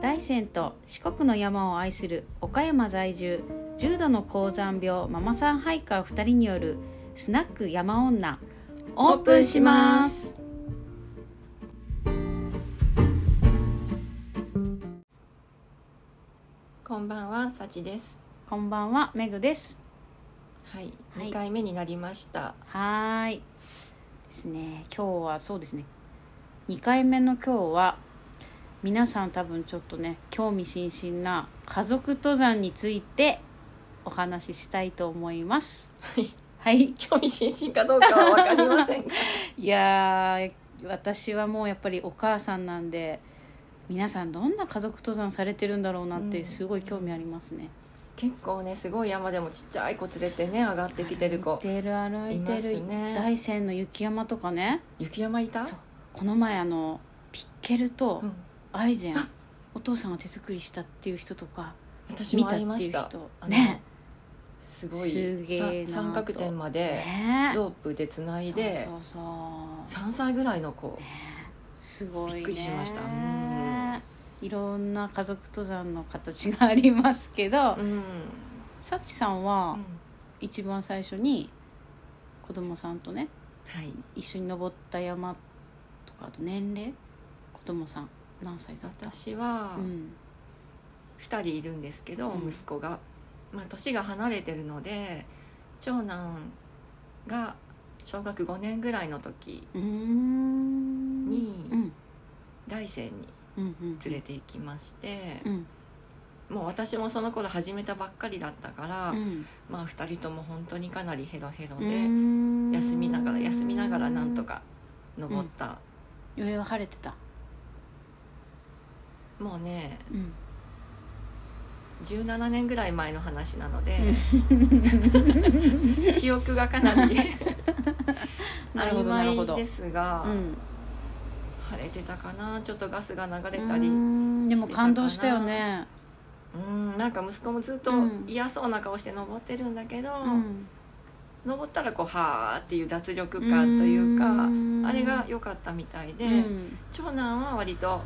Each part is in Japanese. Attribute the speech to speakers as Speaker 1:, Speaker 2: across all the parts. Speaker 1: 大山と四国の山を愛する岡山在住重度の高山病ママさんハイカー2人によるスナック山女オープンします
Speaker 2: こんばんは、さちです。
Speaker 1: こんばんはめぐです
Speaker 2: はい、
Speaker 1: はい
Speaker 2: 二回目になりました。
Speaker 1: はーいですね今日はそうですね2回目の今日は皆さん多分ちょっとね興味津々な家族登山についてお話ししたいと思います
Speaker 2: はい
Speaker 1: はい
Speaker 2: 興味津々かどうかはわかりませ んが。
Speaker 1: いやー私はもうやっぱりお母さんなんで皆さんどんな家族登山されてるんだろうなっ
Speaker 2: う
Speaker 1: て
Speaker 2: ん
Speaker 1: すごい興味ありますね、
Speaker 2: 結構ね、すごい山でもちっちゃい子連れてね、上がってきてる子
Speaker 1: 歩い。てる歩い
Speaker 2: い
Speaker 1: て
Speaker 2: ま
Speaker 1: る
Speaker 2: すね。
Speaker 1: 大山の雪山とかね
Speaker 2: 雪山いた。
Speaker 1: そうこの前あのピッケルと
Speaker 2: うん、
Speaker 1: アイゼン、
Speaker 2: あ
Speaker 1: お父さんが手作りしたっていう人とか
Speaker 2: 私
Speaker 1: 見
Speaker 2: も
Speaker 1: たっ
Speaker 2: 会
Speaker 1: て
Speaker 2: いま
Speaker 1: い
Speaker 2: し
Speaker 1: う
Speaker 2: た。
Speaker 1: 人
Speaker 2: あの
Speaker 1: ね
Speaker 2: すごい。
Speaker 1: すげえなーと
Speaker 2: さ三角点まで
Speaker 1: ね
Speaker 2: ロープでつないで
Speaker 1: そ、うそうそ
Speaker 2: 三歳ぐらいの子
Speaker 1: う、。ね、すごいね
Speaker 2: びっくりしましたうん
Speaker 1: いろんな家族登山の形がありますけど、
Speaker 2: うん。
Speaker 1: さちさん
Speaker 2: う
Speaker 1: は
Speaker 2: ん
Speaker 1: 一番最初に子供さんとね
Speaker 2: はい。
Speaker 1: 一緒に登った山とかあと年齢子供さん何歳だった
Speaker 2: 私は
Speaker 1: うん
Speaker 2: 二人いるんですけど、
Speaker 1: うん
Speaker 2: 息子が、まあ、年が離れてるので長男が小学5年ぐらいの時
Speaker 1: うーん
Speaker 2: に
Speaker 1: うん
Speaker 2: 大山に
Speaker 1: うんうん
Speaker 2: 連れて行きまして
Speaker 1: う、ん
Speaker 2: もう私もその頃始めたばっかりだったから、
Speaker 1: うん
Speaker 2: まあ2人とも本当にかなりヘロヘロ
Speaker 1: う
Speaker 2: で、
Speaker 1: ーん
Speaker 2: 休みながら休みながらなんとか登った、
Speaker 1: 上は晴れてた
Speaker 2: もうね
Speaker 1: うん
Speaker 2: 17年ぐらい前の話なので、記憶がかなり
Speaker 1: なるほ
Speaker 2: 曖
Speaker 1: どなるほ
Speaker 2: 昧
Speaker 1: ど
Speaker 2: ですが。
Speaker 1: うん
Speaker 2: 晴れてたかなちょっとガスが流れ
Speaker 1: う
Speaker 2: たり
Speaker 1: ー
Speaker 2: うん
Speaker 1: んでも感動したよね
Speaker 2: なんか息子もずっと
Speaker 1: うん
Speaker 2: 嫌そうな顔して登ってるんだけど、
Speaker 1: うん
Speaker 2: 登ったらこうはーっていう脱力感というか
Speaker 1: うーん
Speaker 2: あれが良かったみたいで、
Speaker 1: うん
Speaker 2: 長男は割と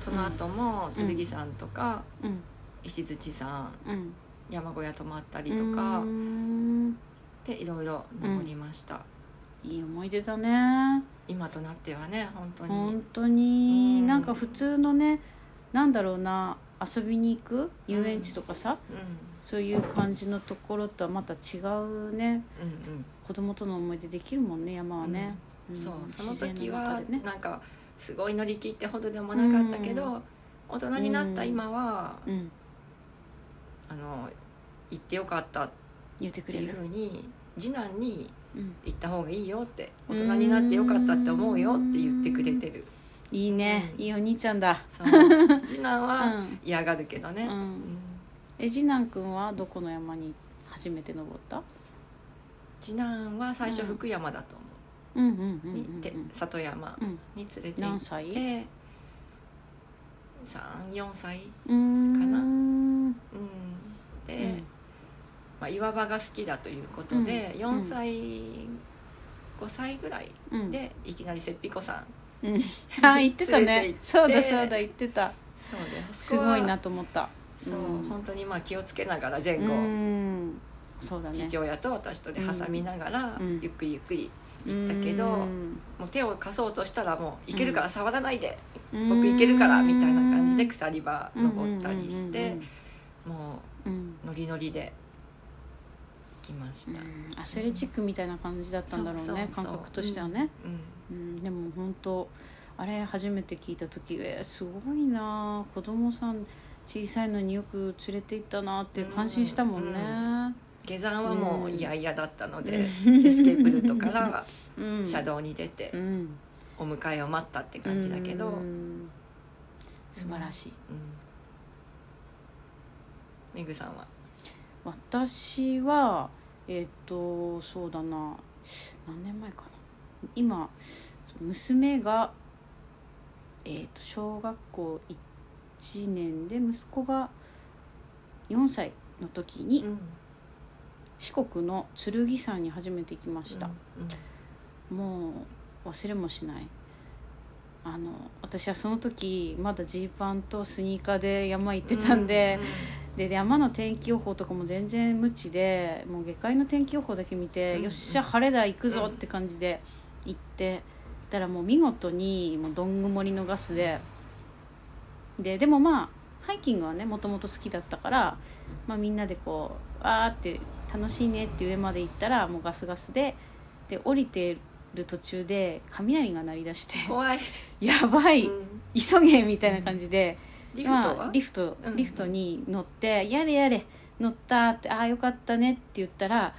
Speaker 2: その後も
Speaker 1: うん
Speaker 2: 剣山とか
Speaker 1: うん
Speaker 2: 石槌山
Speaker 1: うん
Speaker 2: 山小屋泊まったりとか
Speaker 1: うーん
Speaker 2: でいろいろ登りました、
Speaker 1: いい思い出だね
Speaker 2: 今となってはね本当に、
Speaker 1: 本当に
Speaker 2: うん
Speaker 1: なんか普通のねなんだろうな遊びに行く遊園地とかさ、そういう感じのところとはまた違うね
Speaker 2: うんうんうん
Speaker 1: 子供との思い出できるもんね山はね、ん
Speaker 2: そうその
Speaker 1: 自然
Speaker 2: 時
Speaker 1: 中
Speaker 2: は
Speaker 1: でね
Speaker 2: なんかすごい乗り切ってほどでもなかったけど、
Speaker 1: う
Speaker 2: 大人になった今は、
Speaker 1: うん
Speaker 2: あの行ってよかったっ
Speaker 1: 言ってく
Speaker 2: て
Speaker 1: れ
Speaker 2: いう
Speaker 1: る
Speaker 2: ふうに次男に
Speaker 1: うん
Speaker 2: 行った方がいいよって大人になってよかったって思うよって言ってくれてる
Speaker 1: いいね、
Speaker 2: うん
Speaker 1: いいお兄ちゃんだ
Speaker 2: そう 次男は
Speaker 1: うん
Speaker 2: 嫌がるけどね、
Speaker 1: う
Speaker 2: うん
Speaker 1: ん、え次男くんはどこの山に初めて登った
Speaker 2: 次男は最初
Speaker 1: うん
Speaker 2: 福山だと思
Speaker 1: うんうんうん
Speaker 2: う、
Speaker 1: うんう
Speaker 2: にて
Speaker 1: ん
Speaker 2: 里山
Speaker 1: うん
Speaker 2: に連れて行っ
Speaker 1: 何歳
Speaker 2: て34歳
Speaker 1: うーん
Speaker 2: かな
Speaker 1: うん
Speaker 2: うんで、
Speaker 1: うん
Speaker 2: まあ、岩場が好きだということで、
Speaker 1: うん
Speaker 2: 4歳5歳ぐらい
Speaker 1: うん
Speaker 2: でいきなり雪彦山
Speaker 1: うん、あ言ってた
Speaker 2: 連れて
Speaker 1: ね
Speaker 2: 行って
Speaker 1: そうだそうだ言ってた
Speaker 2: そうです
Speaker 1: すごいなと思った
Speaker 2: そう、
Speaker 1: うん
Speaker 2: 本当にまあ気をつけながら前
Speaker 1: う
Speaker 2: 後、
Speaker 1: んそうだね
Speaker 2: 父親と私とで挟みながら、
Speaker 1: うん
Speaker 2: ゆっくりゆっくり行ったけど
Speaker 1: うん
Speaker 2: もう手を貸そうとしたらもう行けるから触らないで、
Speaker 1: うん
Speaker 2: 僕行けるからみたいな感じで鎖場登ったりして、も
Speaker 1: うんうん
Speaker 2: うノリノリで行きまし
Speaker 1: う
Speaker 2: た、
Speaker 1: んアスレチックみたいな感じだったんだろうね
Speaker 2: そうそうそう
Speaker 1: 感覚としてはね、う
Speaker 2: うん
Speaker 1: ん、でも本当あれ初めて聞いた時えーすごいな子供さん小さいのによく連れて行ったなって感心したもんね、
Speaker 2: 下山はもう
Speaker 1: うん
Speaker 2: いやいやだったので、エスケープルートから
Speaker 1: うん
Speaker 2: 車道に出て
Speaker 1: うん、
Speaker 2: お迎えを待ったって感じだけど、
Speaker 1: う
Speaker 2: うん
Speaker 1: ん素晴らしい、
Speaker 2: めぐさんは、
Speaker 1: 私はえっ、とそうだな何年前かな今娘が、えー、と小学校1年で息子が4歳の時に
Speaker 2: ん、
Speaker 1: 四国の剣山に初めて行きました、もう忘れもしないあの私はその時まだジーパンとスニーカーで山行ってたんで,、でで山の天気予報とかも全然無知でもう下界の天気予報だけ見て、
Speaker 2: うん
Speaker 1: よっしゃ晴れだ行くぞって感じで行ってたらもう見事にもうどん曇りのガスでででもまあハイキングはねもともと好きだったから、まあ、みんなでこうわーって楽しいねって上まで行ったらもうガスガスでで降りてる途中で雷が鳴り出して
Speaker 2: うん怖い、
Speaker 1: やばい、
Speaker 2: うん
Speaker 1: 急げみたいな感じで、
Speaker 2: リフトは、
Speaker 1: まあ、リフト
Speaker 2: うん
Speaker 1: リフトに乗って「やれやれ乗った」って「ああよかったね」って言ったら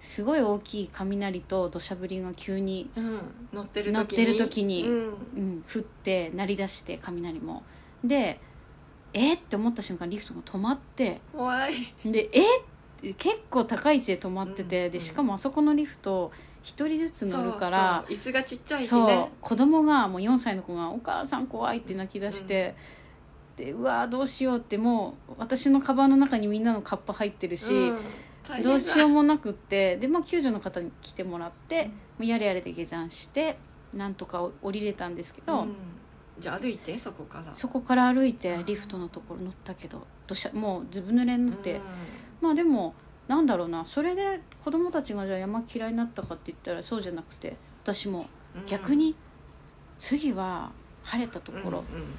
Speaker 1: すごい大きい雷と土砂降りが急に、
Speaker 2: うん、乗ってる時に
Speaker 1: 乗ってる時に
Speaker 2: うん
Speaker 1: うん、降って鳴り出して雷もでえっって思った瞬間リフトが止まって
Speaker 2: 怖い、
Speaker 1: でえっって結構高い位置で止まってて、
Speaker 2: うん
Speaker 1: でしかもあそこのリフト一人ずつ 乗るから
Speaker 2: そうそう椅子がちっちゃいし
Speaker 1: そう
Speaker 2: ね
Speaker 1: 子供がもう4歳の子が「お母さん怖い」って泣き出して、でうわーどうしようってもう私のカバンの中にみんなのカッパ入ってるし、
Speaker 2: うん大変だ
Speaker 1: どうしようもなくってで、まあ、救助の方に来てもらって、もうやれやれで下山してなんとか降りれたんですけど、
Speaker 2: うんじゃあ歩いてそこから
Speaker 1: そこから歩いてリフトのところ乗ったけどどしゃもうずぶ濡れになって、
Speaker 2: うん
Speaker 1: まあでもなんだろうなそれで子供たちがじゃあ山嫌いになったかって言ったらそうじゃなくて私も
Speaker 2: うん
Speaker 1: 逆に次は晴れたところ、
Speaker 2: うんうん
Speaker 1: うん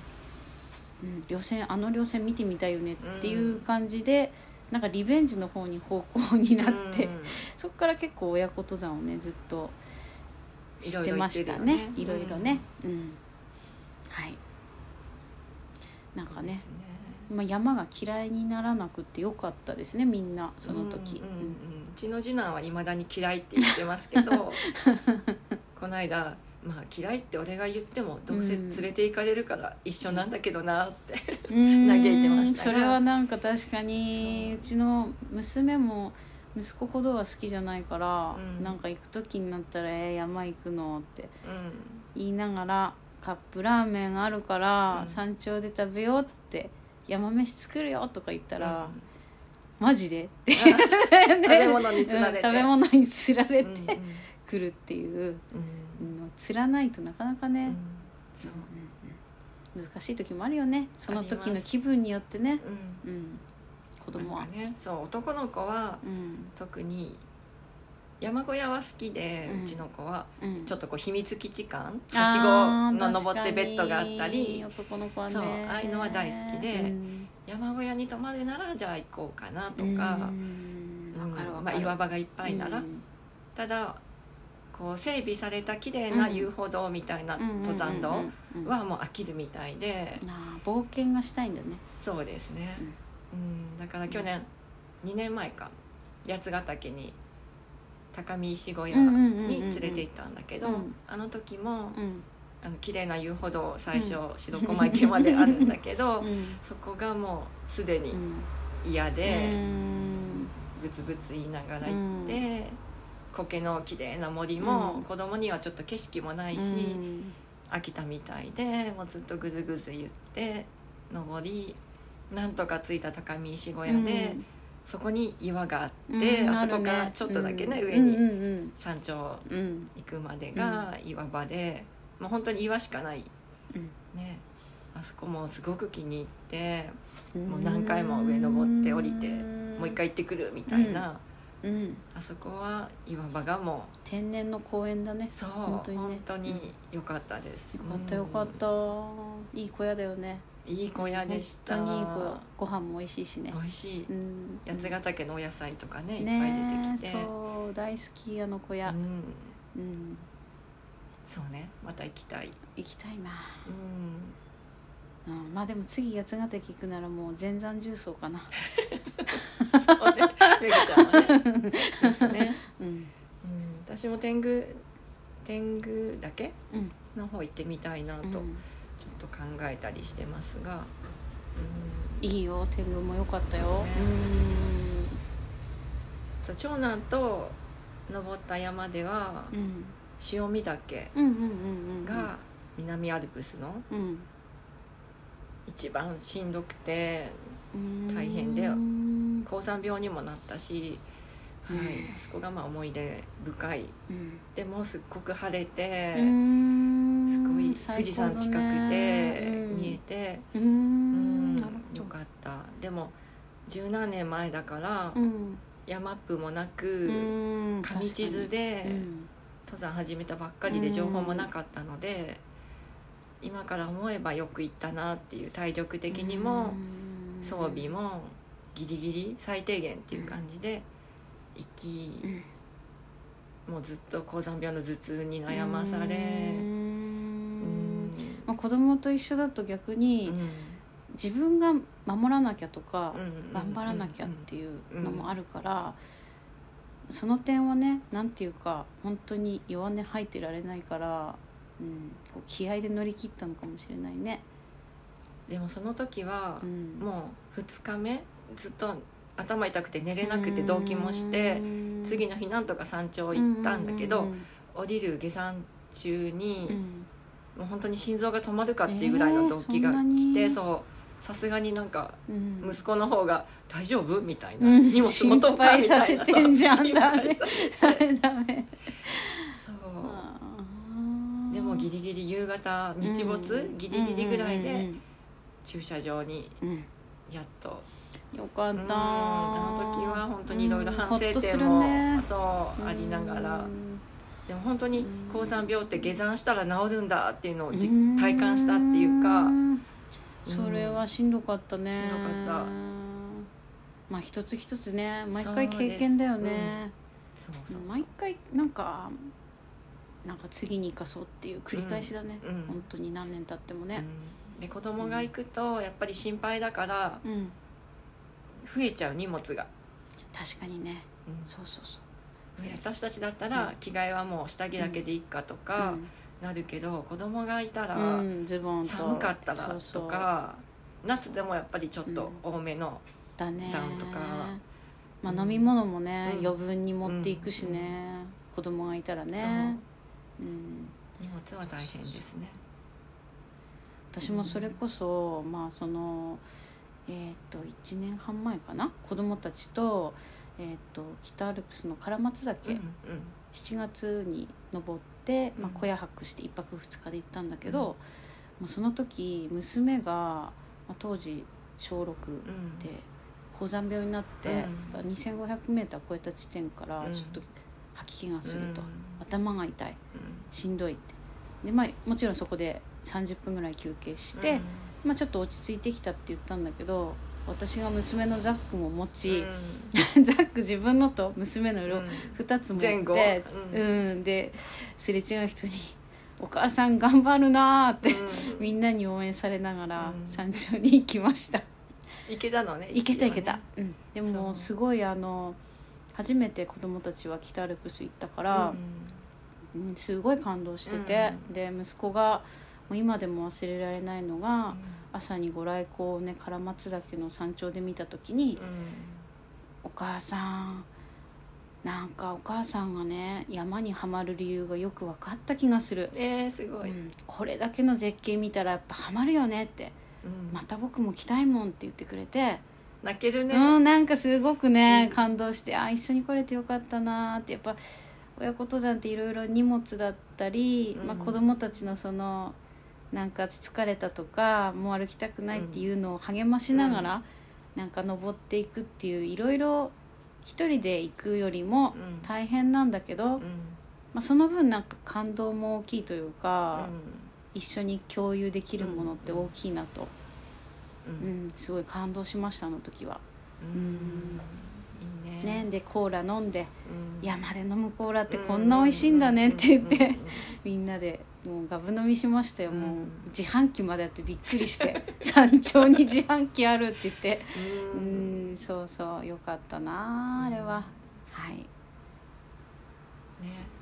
Speaker 1: 稜線あの稜線見てみたいよねっていう感じで、なんかリベンジの方に方向になって、
Speaker 2: うん
Speaker 1: そこから結構親子登山をねずっとしてましたねい
Speaker 2: い
Speaker 1: ろ
Speaker 2: ろ
Speaker 1: い
Speaker 2: い
Speaker 1: ろ
Speaker 2: ろ言ってるよね
Speaker 1: ねうん、はいなんかね、まあ、山が嫌いにならなくてよかったですねみんなその時、
Speaker 2: うんうんうんうちの次男はいまだに嫌いって言ってますけ どこの間まあ嫌いって俺が言ってもどうせ連れて行かれるから一緒なんだけどなって、
Speaker 1: うん
Speaker 2: 嘆いてました
Speaker 1: そ
Speaker 2: ね
Speaker 1: れはなんか確かに
Speaker 2: そう
Speaker 1: うちの娘も息子ほどは好きじゃないから、
Speaker 2: うん
Speaker 1: なんか行く時になったら「えー山行くの?」って
Speaker 2: うん
Speaker 1: 言いながら「カップラーメンあるから、
Speaker 2: うん
Speaker 1: 山頂で食べよう」って「山飯作るよ」とか言ったら「
Speaker 2: うん
Speaker 1: マジで?」って
Speaker 2: 食べ 物につられて、
Speaker 1: うん食べ物につられ
Speaker 2: うんうん
Speaker 1: てくるっていう
Speaker 2: うん
Speaker 1: のつらないとなかなかね、
Speaker 2: そう
Speaker 1: うんうん難しい時もあるよねその時の気分によってね、
Speaker 2: うん
Speaker 1: うん、子供
Speaker 2: な
Speaker 1: は
Speaker 2: んか。ねそう男の子は
Speaker 1: うん
Speaker 2: 特に山小屋は好きで、
Speaker 1: う
Speaker 2: うんちの子は
Speaker 1: うん
Speaker 2: ちょっとこう秘密基地感
Speaker 1: あー
Speaker 2: はしごの
Speaker 1: 確
Speaker 2: 登
Speaker 1: か
Speaker 2: っ
Speaker 1: に
Speaker 2: てベッドがあったり
Speaker 1: 男の子はね
Speaker 2: そうああいうのは大好きで
Speaker 1: うん
Speaker 2: 山小屋に泊まるならじゃあ行こうかなと
Speaker 1: うん
Speaker 2: か,、
Speaker 1: わかるわかる
Speaker 2: まあ、岩場がいっぱいなら、
Speaker 1: うん
Speaker 2: ただこう整備された綺麗な遊歩道みたいな登山道
Speaker 1: うんうんうんうん
Speaker 2: はもう飽きるみたいで
Speaker 1: あー冒険がしたいんだね
Speaker 2: そうですね、うん、だから去年2年前か八ヶ岳に高見石小屋
Speaker 1: うんうんうんうんうん
Speaker 2: に連れて行ったんだけど、
Speaker 1: うん
Speaker 2: あの時も
Speaker 1: うん
Speaker 2: あの綺麗な遊歩道最初白駒池まであるんだけど、
Speaker 1: うん
Speaker 2: そこがもうすでに
Speaker 1: うん
Speaker 2: 嫌で。
Speaker 1: うん
Speaker 2: ブツブツ言いながら行って、苔の綺麗な森
Speaker 1: う
Speaker 2: も
Speaker 1: ん
Speaker 2: 子供にはちょっと景色もないし、
Speaker 1: うん
Speaker 2: 飽きたみたいでもうずっとぐずぐず言って登りなんとか着いた高見石小屋で、そこに岩があ
Speaker 1: うん
Speaker 2: って、
Speaker 1: うん
Speaker 2: あそ
Speaker 1: る
Speaker 2: こ
Speaker 1: ね
Speaker 2: からちょっとだけね、
Speaker 1: うん
Speaker 2: 上に
Speaker 1: うん
Speaker 2: 山頂
Speaker 1: うんうん
Speaker 2: 行くまでが岩場で、もう本当に岩しかない
Speaker 1: うん
Speaker 2: ねあそこもすごく気に入って
Speaker 1: うん
Speaker 2: もう何回も上登って降りてもう一回行ってくるみたいな。
Speaker 1: うん
Speaker 2: あそこは岩場がも
Speaker 1: 天然の公園だね
Speaker 2: うそう
Speaker 1: 本
Speaker 2: 本
Speaker 1: 当
Speaker 2: 当
Speaker 1: にね
Speaker 2: に良かったです、
Speaker 1: よかったよかったいい小屋だよね
Speaker 2: うんいい小屋でした
Speaker 1: 本当にいい小屋ご飯も美味しいしね
Speaker 2: 美味しい、
Speaker 1: うん
Speaker 2: 八ヶ岳のお野菜とかねいっぱい
Speaker 1: ね
Speaker 2: 出てきて、
Speaker 1: そう大好きあの小屋
Speaker 2: うん、
Speaker 1: うん
Speaker 2: そうねまた行き たい、
Speaker 1: 行きたいな
Speaker 2: うん、
Speaker 1: うんまあでも次八ヶ岳行くならもう全山重曹かな
Speaker 2: そうねめぐちゃんはねですね、
Speaker 1: うん
Speaker 2: うん、私も天狗天狗岳
Speaker 1: うん
Speaker 2: の方行ってみたいなと
Speaker 1: う
Speaker 2: ちょっ
Speaker 1: ん
Speaker 2: と考えたりしてますが、うん
Speaker 1: いいよ天狗も良かったよ
Speaker 2: そうねと長男と登った山では
Speaker 1: うんうん
Speaker 2: 塩見岳
Speaker 1: うんうんうんうん
Speaker 2: が南アルプスの
Speaker 1: うん
Speaker 2: 一番しんどくて
Speaker 1: うん
Speaker 2: 大変だよ
Speaker 1: うん
Speaker 2: 高山病にもなったし、は
Speaker 1: う
Speaker 2: い
Speaker 1: ん、
Speaker 2: そこがまあ思い出深い
Speaker 1: うん
Speaker 2: でもすっごく晴れて、
Speaker 1: うん
Speaker 2: すっごい
Speaker 1: 最高だね
Speaker 2: 富士山近くて
Speaker 1: うん
Speaker 2: 見えて、
Speaker 1: うー
Speaker 2: う
Speaker 1: ん
Speaker 2: ん
Speaker 1: なるほど
Speaker 2: よかったでも十何年前だから、
Speaker 1: うん
Speaker 2: 山っぷもな
Speaker 1: う
Speaker 2: く、
Speaker 1: ーん
Speaker 2: 紙地図で
Speaker 1: 確かにうん
Speaker 2: 登山始めたばっかりで
Speaker 1: うん
Speaker 2: 情報もなかったので、今から思えばよく行ったなっていう体力的に
Speaker 1: う
Speaker 2: も
Speaker 1: ーん
Speaker 2: 装備もギリギリ最低限っていう感じで行き
Speaker 1: う、ん
Speaker 2: もうずっと高山病の頭痛に悩まされ
Speaker 1: うー
Speaker 2: うんん
Speaker 1: まあ、子供と一緒だと逆に、自分が守らなきゃとか、頑張らなきゃっていうのもあるから、その点はねなんていうか本当に弱音吐いてられないから、うん、こう気合で乗り切ったのかもしれないね。
Speaker 2: でもその時は
Speaker 1: うん、
Speaker 2: もう2日目ずっと頭痛くて寝れなくて動悸もして
Speaker 1: うん
Speaker 2: 次の日なんとか山頂行ったんだけ
Speaker 1: う
Speaker 2: ど
Speaker 1: ん
Speaker 2: 降りる下山中に
Speaker 1: うんうん
Speaker 2: もう本当に心臓が止まるかっていうぐらいの動悸が
Speaker 1: えーそんな
Speaker 2: 来
Speaker 1: に
Speaker 2: てそうさすがになんか
Speaker 1: うん
Speaker 2: 息子の方が「大丈夫?」みたいな
Speaker 1: うん
Speaker 2: 荷物持とう
Speaker 1: 心配
Speaker 2: かみた
Speaker 1: さ
Speaker 2: い
Speaker 1: せ
Speaker 2: な
Speaker 1: てんじゃん
Speaker 2: そう
Speaker 1: ダメ
Speaker 2: 心配さ
Speaker 1: ダメ
Speaker 2: せ
Speaker 1: ダメ
Speaker 2: そう
Speaker 1: あー
Speaker 2: でもギリギリ夕方日没
Speaker 1: うん
Speaker 2: ギリギリぐらい
Speaker 1: うん
Speaker 2: で駐車場に
Speaker 1: うんうん
Speaker 2: やっと
Speaker 1: うんよかっ
Speaker 2: うん
Speaker 1: た
Speaker 2: あの時は本当にいろいろ反省
Speaker 1: うんほっとす
Speaker 2: 点
Speaker 1: る
Speaker 2: も
Speaker 1: ね
Speaker 2: そうありながら
Speaker 1: うん
Speaker 2: でも本当に高山病って下山したら治るんだっていうのをじ
Speaker 1: うん
Speaker 2: 体感したっていうか
Speaker 1: それはしんどかったね
Speaker 2: しんどかった
Speaker 1: まあ一つ一つね毎回経験だよね、
Speaker 2: そうそう
Speaker 1: 毎回なんかなんか次に生かそうっていう繰り返しだね、
Speaker 2: うん
Speaker 1: 本当に何年経ってもね
Speaker 2: うんで子供が行くとやっぱり心配だから
Speaker 1: うん、
Speaker 2: 増えちゃう荷物が、
Speaker 1: 確かにね
Speaker 2: うん
Speaker 1: そうそうそう
Speaker 2: 私たちだったら着替えはもう下着だけでいいかとかなるけど子供がいたら、
Speaker 1: うんうんズボンと
Speaker 2: 寒かったら
Speaker 1: そうそ
Speaker 2: と
Speaker 1: う
Speaker 2: か夏でもやっぱりちょっと多めの、
Speaker 1: だね
Speaker 2: ダウンとか
Speaker 1: まあ、
Speaker 2: うん
Speaker 1: 飲み物もね、
Speaker 2: うん
Speaker 1: 余分に持っていくしね、子供がいたらねうん
Speaker 2: そう荷物は大変ですね
Speaker 1: 私もそれこそ、まあそのえーっと1年半前かな子供たちと,、えーっと北アルプスの唐松岳、
Speaker 2: うんうん
Speaker 1: 7月に登って、ま
Speaker 2: うん
Speaker 1: あ、小屋泊して1泊2日で行ったんだけど、まあ、その時娘が、まあ、当時小6
Speaker 2: うん
Speaker 1: で高山病になって、
Speaker 2: うん
Speaker 1: やっぱ 2500m 超えた地点から
Speaker 2: うん
Speaker 1: ちょっと吐き気がすると、
Speaker 2: うん
Speaker 1: 頭が痛い
Speaker 2: うん
Speaker 1: しんどいってで、まあ、もちろんそこで30分ぐらい休憩して、まあ、ちょっと落ち着いてきたって言ったんだけど私が娘のザックも持ち、 ザック自分のと娘の
Speaker 2: うん
Speaker 1: 色、2つ持って
Speaker 2: 前後
Speaker 1: う
Speaker 2: うん
Speaker 1: ん、 ですれ違う人に「お母さん頑張るな」って、
Speaker 2: うん
Speaker 1: みんなに応援されながら
Speaker 2: うん
Speaker 1: 山頂に行きました
Speaker 2: 行けたのね
Speaker 1: 行けた
Speaker 2: 一
Speaker 1: 行
Speaker 2: 応ね
Speaker 1: けた、うん、で
Speaker 2: そ
Speaker 1: も
Speaker 2: う
Speaker 1: すごいあの初めて子供たちは北アルプス行ったから、うんすごい感動してて、
Speaker 2: うん
Speaker 1: で息子がもう今でも忘れられないのが、
Speaker 2: うん
Speaker 1: 朝にご来光をね唐松岳の山頂で見た時に、
Speaker 2: う
Speaker 1: お母さんなんかお母さんがね山にはまる理由がよく分かった気がする、
Speaker 2: んえーすご
Speaker 1: う
Speaker 2: い、
Speaker 1: ん、これだけの絶景見たらやっぱハマるよねって
Speaker 2: うん
Speaker 1: また僕も来たいもんって言ってくれて、
Speaker 2: 泣けるね、
Speaker 1: うんなんかすごくね
Speaker 2: うん
Speaker 1: 感動してあ一緒に来れてよかったなーってやっぱ親子登山っていろいろ荷物だったり、
Speaker 2: うん
Speaker 1: まあ、子供たちのそのなんか疲れたとかもう歩きたくないっていうのを励ましながら、なんか登っていくっていういろいろ一人で行くよりも
Speaker 2: うん
Speaker 1: 大変なんだけど、
Speaker 2: う
Speaker 1: ま
Speaker 2: ん
Speaker 1: あ、その分なんか感動も大きいという
Speaker 2: う
Speaker 1: か、
Speaker 2: ん
Speaker 1: 一緒に共有できるものって大きいなと、
Speaker 2: う
Speaker 1: うんん、すごい感動しましたあの時は。
Speaker 2: うんいいね
Speaker 1: ね、でコーラ飲んで
Speaker 2: うん
Speaker 1: 山で飲むコーラってこんな美味しいんだねって言ってみんなでもうガブ飲みしましたよ、もう
Speaker 2: うん
Speaker 1: 自販機まであってびっくりして 山頂に自販機あるって言って
Speaker 2: うん
Speaker 1: う
Speaker 2: うんうん
Speaker 1: んそうそうよかったなあれは、はい
Speaker 2: ね、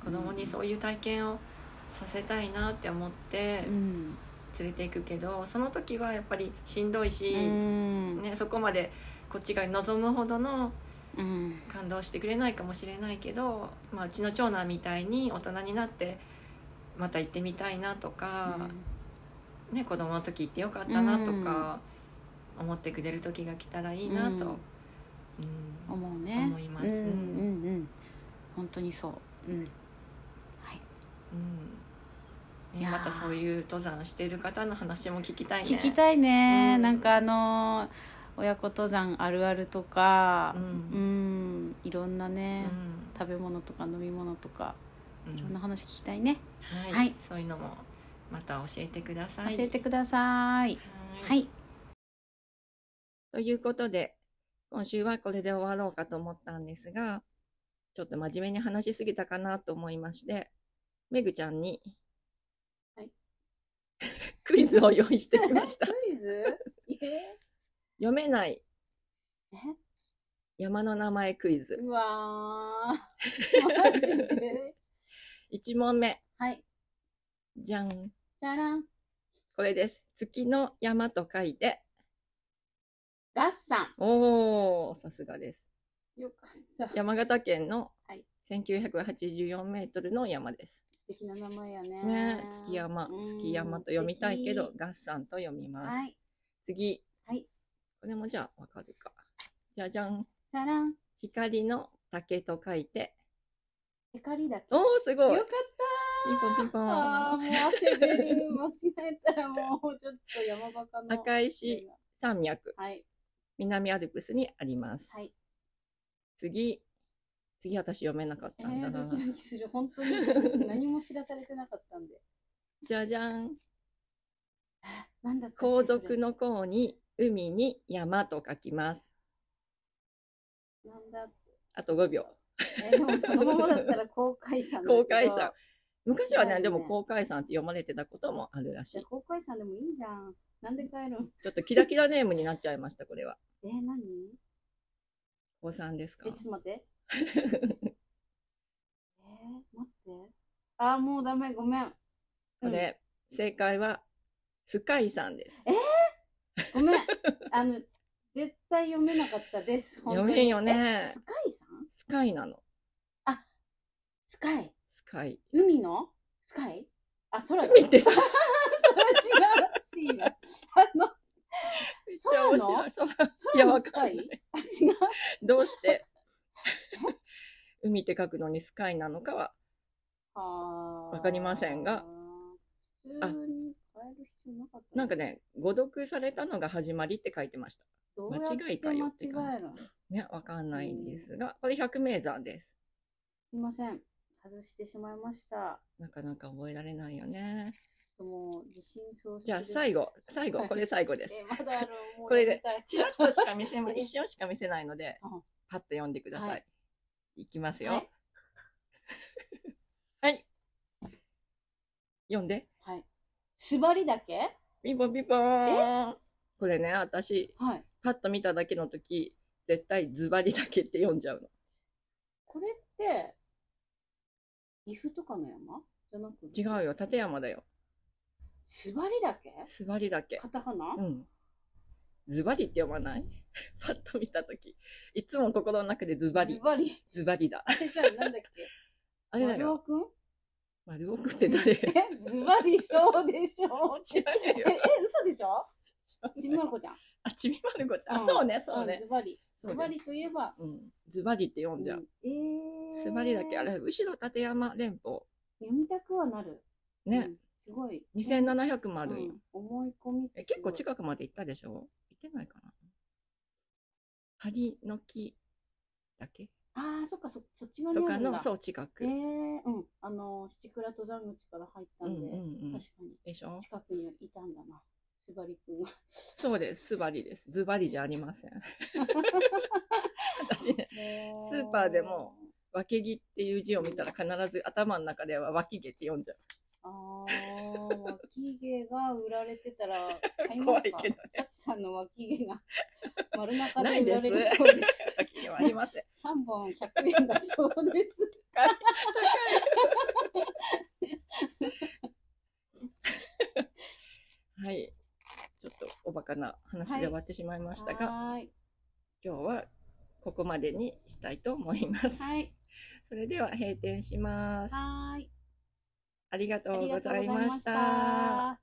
Speaker 2: 子供にそういう体験をさせたいなって思って
Speaker 1: うん
Speaker 2: 連れていくけどその時はやっぱりしんどいし、
Speaker 1: うん、
Speaker 2: ね、そこまでこっちが望むほどの
Speaker 1: うん
Speaker 2: 感動してくれないかもしれないけど、まあ、うちの長男みたいに大人になってまた行ってみたいなとか、ね、子供の時行ってよかったなとか、思ってくれる時が来たらいいな
Speaker 1: う
Speaker 2: と、
Speaker 1: ん
Speaker 2: うん
Speaker 1: 思うね
Speaker 2: 思います
Speaker 1: うんうん
Speaker 2: うん
Speaker 1: うん本当にそううんはい
Speaker 2: うん
Speaker 1: い
Speaker 2: ね、
Speaker 1: やー
Speaker 2: またそういう登山してる方の話も聞きたいね
Speaker 1: 聞きたいね、
Speaker 2: うん
Speaker 1: なんかあの親子登山あるあるとか
Speaker 2: うん
Speaker 1: うんいろんな
Speaker 2: うん
Speaker 1: ね、食べ物とか飲み物とか
Speaker 2: うん
Speaker 1: いろんな話聞きたいね、
Speaker 2: はい、
Speaker 1: はい
Speaker 2: そういうのもまた教えてください
Speaker 1: 教えてください
Speaker 2: はい
Speaker 1: はい
Speaker 2: ということで、今週はこれで終わろうかと思ったんですが、ちょっと真面目に話しすぎたかなと思いまして、めぐちゃんに、
Speaker 1: はい
Speaker 2: クイズを用意してき ました。
Speaker 1: イズ
Speaker 2: 読めない
Speaker 1: え
Speaker 2: 山の名前クイズ。
Speaker 1: うわ
Speaker 2: マジで1問目、
Speaker 1: はい
Speaker 2: じゃん。
Speaker 1: じゃらん
Speaker 2: これです。月の山と書いて、
Speaker 1: ガッサ
Speaker 2: おー、さすがです。
Speaker 1: ンよかった素
Speaker 2: 山形県の
Speaker 1: はい
Speaker 2: 1984メートルの山です。
Speaker 1: 敵な名前やね
Speaker 2: ね、月山、月山と読みたいけど、合算と読みます。
Speaker 1: はい
Speaker 2: 次。
Speaker 1: はい
Speaker 2: これもじゃあわかるか。じゃじゃん。
Speaker 1: じゃらん
Speaker 2: 光の竹と書いて。
Speaker 1: 光だけ
Speaker 2: おー、すごい
Speaker 1: よかった
Speaker 2: ピンポンピンポ
Speaker 1: ああ、
Speaker 2: ン。
Speaker 1: もう汗出る。間違えたらもうちょっと山バカの。
Speaker 2: 赤石山脈、
Speaker 1: はい。
Speaker 2: 南アルプスにあります。
Speaker 1: はい。
Speaker 2: 次。次私読めなかっ
Speaker 1: え
Speaker 2: たんだ
Speaker 1: ー、
Speaker 2: な
Speaker 1: ド。キドキする。本当に何も知らされてなかったんで。
Speaker 2: じゃじゃん。
Speaker 1: なんだったっけ
Speaker 2: 皇族
Speaker 1: の。
Speaker 2: の皇に、海に山と書きます。
Speaker 1: なんだっ
Speaker 2: あと5秒。
Speaker 1: けえー、でもそのままだったら公開さんだけど。
Speaker 2: 公開山。昔は
Speaker 1: 違う
Speaker 2: ね、
Speaker 1: ね
Speaker 2: でも公開山って読まれてたこともあるらし
Speaker 1: じゃ
Speaker 2: い
Speaker 1: あ。公開さんでもいいじゃん。なんで帰るん
Speaker 2: ちょっとキラキラネームになっちゃいました、これは。
Speaker 1: えー、何
Speaker 2: おさんですか
Speaker 1: え、ちょっと待って。えー、待って。ああ、もうダメ、ごめん。
Speaker 2: これ、正解は、スカイさんです。
Speaker 1: ごめん。あの、絶対読めなかったです。本当に
Speaker 2: 読めんよね
Speaker 1: えスカイさん
Speaker 2: スカイなの。
Speaker 1: スカイ。
Speaker 2: スカイ。
Speaker 1: 海のスカイあ、空だ。
Speaker 2: 見てさ、
Speaker 1: それ違うしな。あの、
Speaker 2: めっちゃ面白い。そうい
Speaker 1: 空
Speaker 2: や、
Speaker 1: の
Speaker 2: わ
Speaker 1: ス
Speaker 2: かん
Speaker 1: カ
Speaker 2: な
Speaker 1: イ
Speaker 2: い。
Speaker 1: あ、違う。
Speaker 2: どうして、海って書くのにスカイなのかは、
Speaker 1: わ
Speaker 2: わかりませんが。
Speaker 1: 普通に変える必要なかった。
Speaker 2: なんか、ね、誤読されたのが始まりって書いてました。
Speaker 1: どうやって間
Speaker 2: 間
Speaker 1: 違
Speaker 2: 違
Speaker 1: え
Speaker 2: い
Speaker 1: た
Speaker 2: か
Speaker 1: よ
Speaker 2: よ
Speaker 1: っ
Speaker 2: ってて
Speaker 1: 感
Speaker 2: 感
Speaker 1: じ
Speaker 2: じ
Speaker 1: るのす
Speaker 2: ね、わかんないんですが、これ百名山です。
Speaker 1: いません。外してしまいました。
Speaker 2: なかなか覚えられないよね。
Speaker 1: もう、自信喪失
Speaker 2: じゃあ、
Speaker 1: です
Speaker 2: 最後、最後、これ最後です。
Speaker 1: え、まだある。もう
Speaker 2: これで
Speaker 1: やめたい
Speaker 2: ちらっとしか見せま、一瞬しか見せないので
Speaker 1: うん、
Speaker 2: パッと読んでください。、
Speaker 1: はい
Speaker 2: きます
Speaker 1: は
Speaker 2: よ
Speaker 1: い。
Speaker 2: はい。読んで。
Speaker 1: はい。すばりだけ
Speaker 2: ピンポンピンポーン。これね、私、
Speaker 1: はい。
Speaker 2: パッと見ただけの時、絶対ズバリだけって読んじゃうの。
Speaker 1: これって、岐阜とかの山じゃなくて。
Speaker 2: 違うよ、立山だよ。
Speaker 1: すばりだけ
Speaker 2: ズバリだけ
Speaker 1: カ。タカナ、
Speaker 2: うん。ズバリって読まない パッと見た時。いつも心の中でズバ
Speaker 1: ズ
Speaker 2: リ、
Speaker 1: バリ。
Speaker 2: ズバリだ。
Speaker 1: えじゃあなんだっけ
Speaker 2: あれだ
Speaker 1: 丸尾
Speaker 2: よ。
Speaker 1: くん
Speaker 2: 丸尾くんって誰
Speaker 1: え ズバリそうでしょ
Speaker 2: 知らない
Speaker 1: え、え
Speaker 2: よ。
Speaker 1: 嘘でしょちびまる子ちゃん。
Speaker 2: あ、ちびまる子ちゃん。
Speaker 1: ん
Speaker 2: そうね、そうね
Speaker 1: ん。ズバリ。ズ
Speaker 2: そうです
Speaker 1: バリといえば、
Speaker 2: うん。ズバリって読んじゃ
Speaker 1: う
Speaker 2: う。
Speaker 1: んえー。
Speaker 2: ズバリだっけあれ、後ろ立山連峰。
Speaker 1: 読みたくはなる。う
Speaker 2: ね
Speaker 1: ん。。すごい。
Speaker 2: 2700もあるんよ
Speaker 1: うん思い込み。
Speaker 2: え結構近くまで行ったでしょ行ってないかな針の木だけ
Speaker 1: ああ、そっか、そそっち側に
Speaker 2: と
Speaker 1: あ
Speaker 2: か
Speaker 1: るん
Speaker 2: の、
Speaker 1: だ。
Speaker 2: そう、近く。
Speaker 1: え
Speaker 2: う
Speaker 1: え
Speaker 2: ん
Speaker 1: うん。あの、七倉登山口から入った
Speaker 2: うん
Speaker 1: で、
Speaker 2: んうん。
Speaker 1: 確かに
Speaker 2: でしょ
Speaker 1: 近くにいたんだな。すばりくんは。
Speaker 2: そうです、ズバリです。ズバリじゃありま せん。私ね、 スーパーでもわけぎっていう字を見たら必ず頭の中ではわきげって読んじゃう。
Speaker 1: あー、脇毛が売られてた ら買いますか
Speaker 2: 怖いけどね
Speaker 1: サチさんの脇毛が丸中
Speaker 2: な
Speaker 1: で
Speaker 2: い
Speaker 1: 売
Speaker 2: で
Speaker 1: られ
Speaker 2: す
Speaker 1: るそうです。
Speaker 2: わきげはありません。
Speaker 1: 3本100円だそう です。
Speaker 2: はい。ちょっとおバカな話で終わってしまいましたが、
Speaker 1: はい。
Speaker 2: 今日はここまでにしたいと思います。
Speaker 1: はい。
Speaker 2: それでは閉店します。
Speaker 1: はい。
Speaker 2: ありがと
Speaker 1: あ
Speaker 2: う
Speaker 1: り
Speaker 2: ご
Speaker 1: がとう
Speaker 2: ざ
Speaker 1: ござ
Speaker 2: い
Speaker 1: いま
Speaker 2: ま
Speaker 1: し
Speaker 2: した。
Speaker 1: た。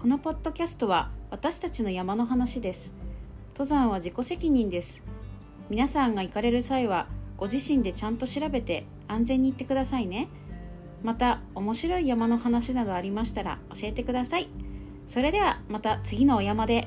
Speaker 1: このポッドキャストは私たちの山の話です。登山は自己責任です。皆さんが行かれる際はご自身でちゃんと調べて安全に行ってくださいねまた面白い山の話などありましたら教えてくださいそれではまた次のお山で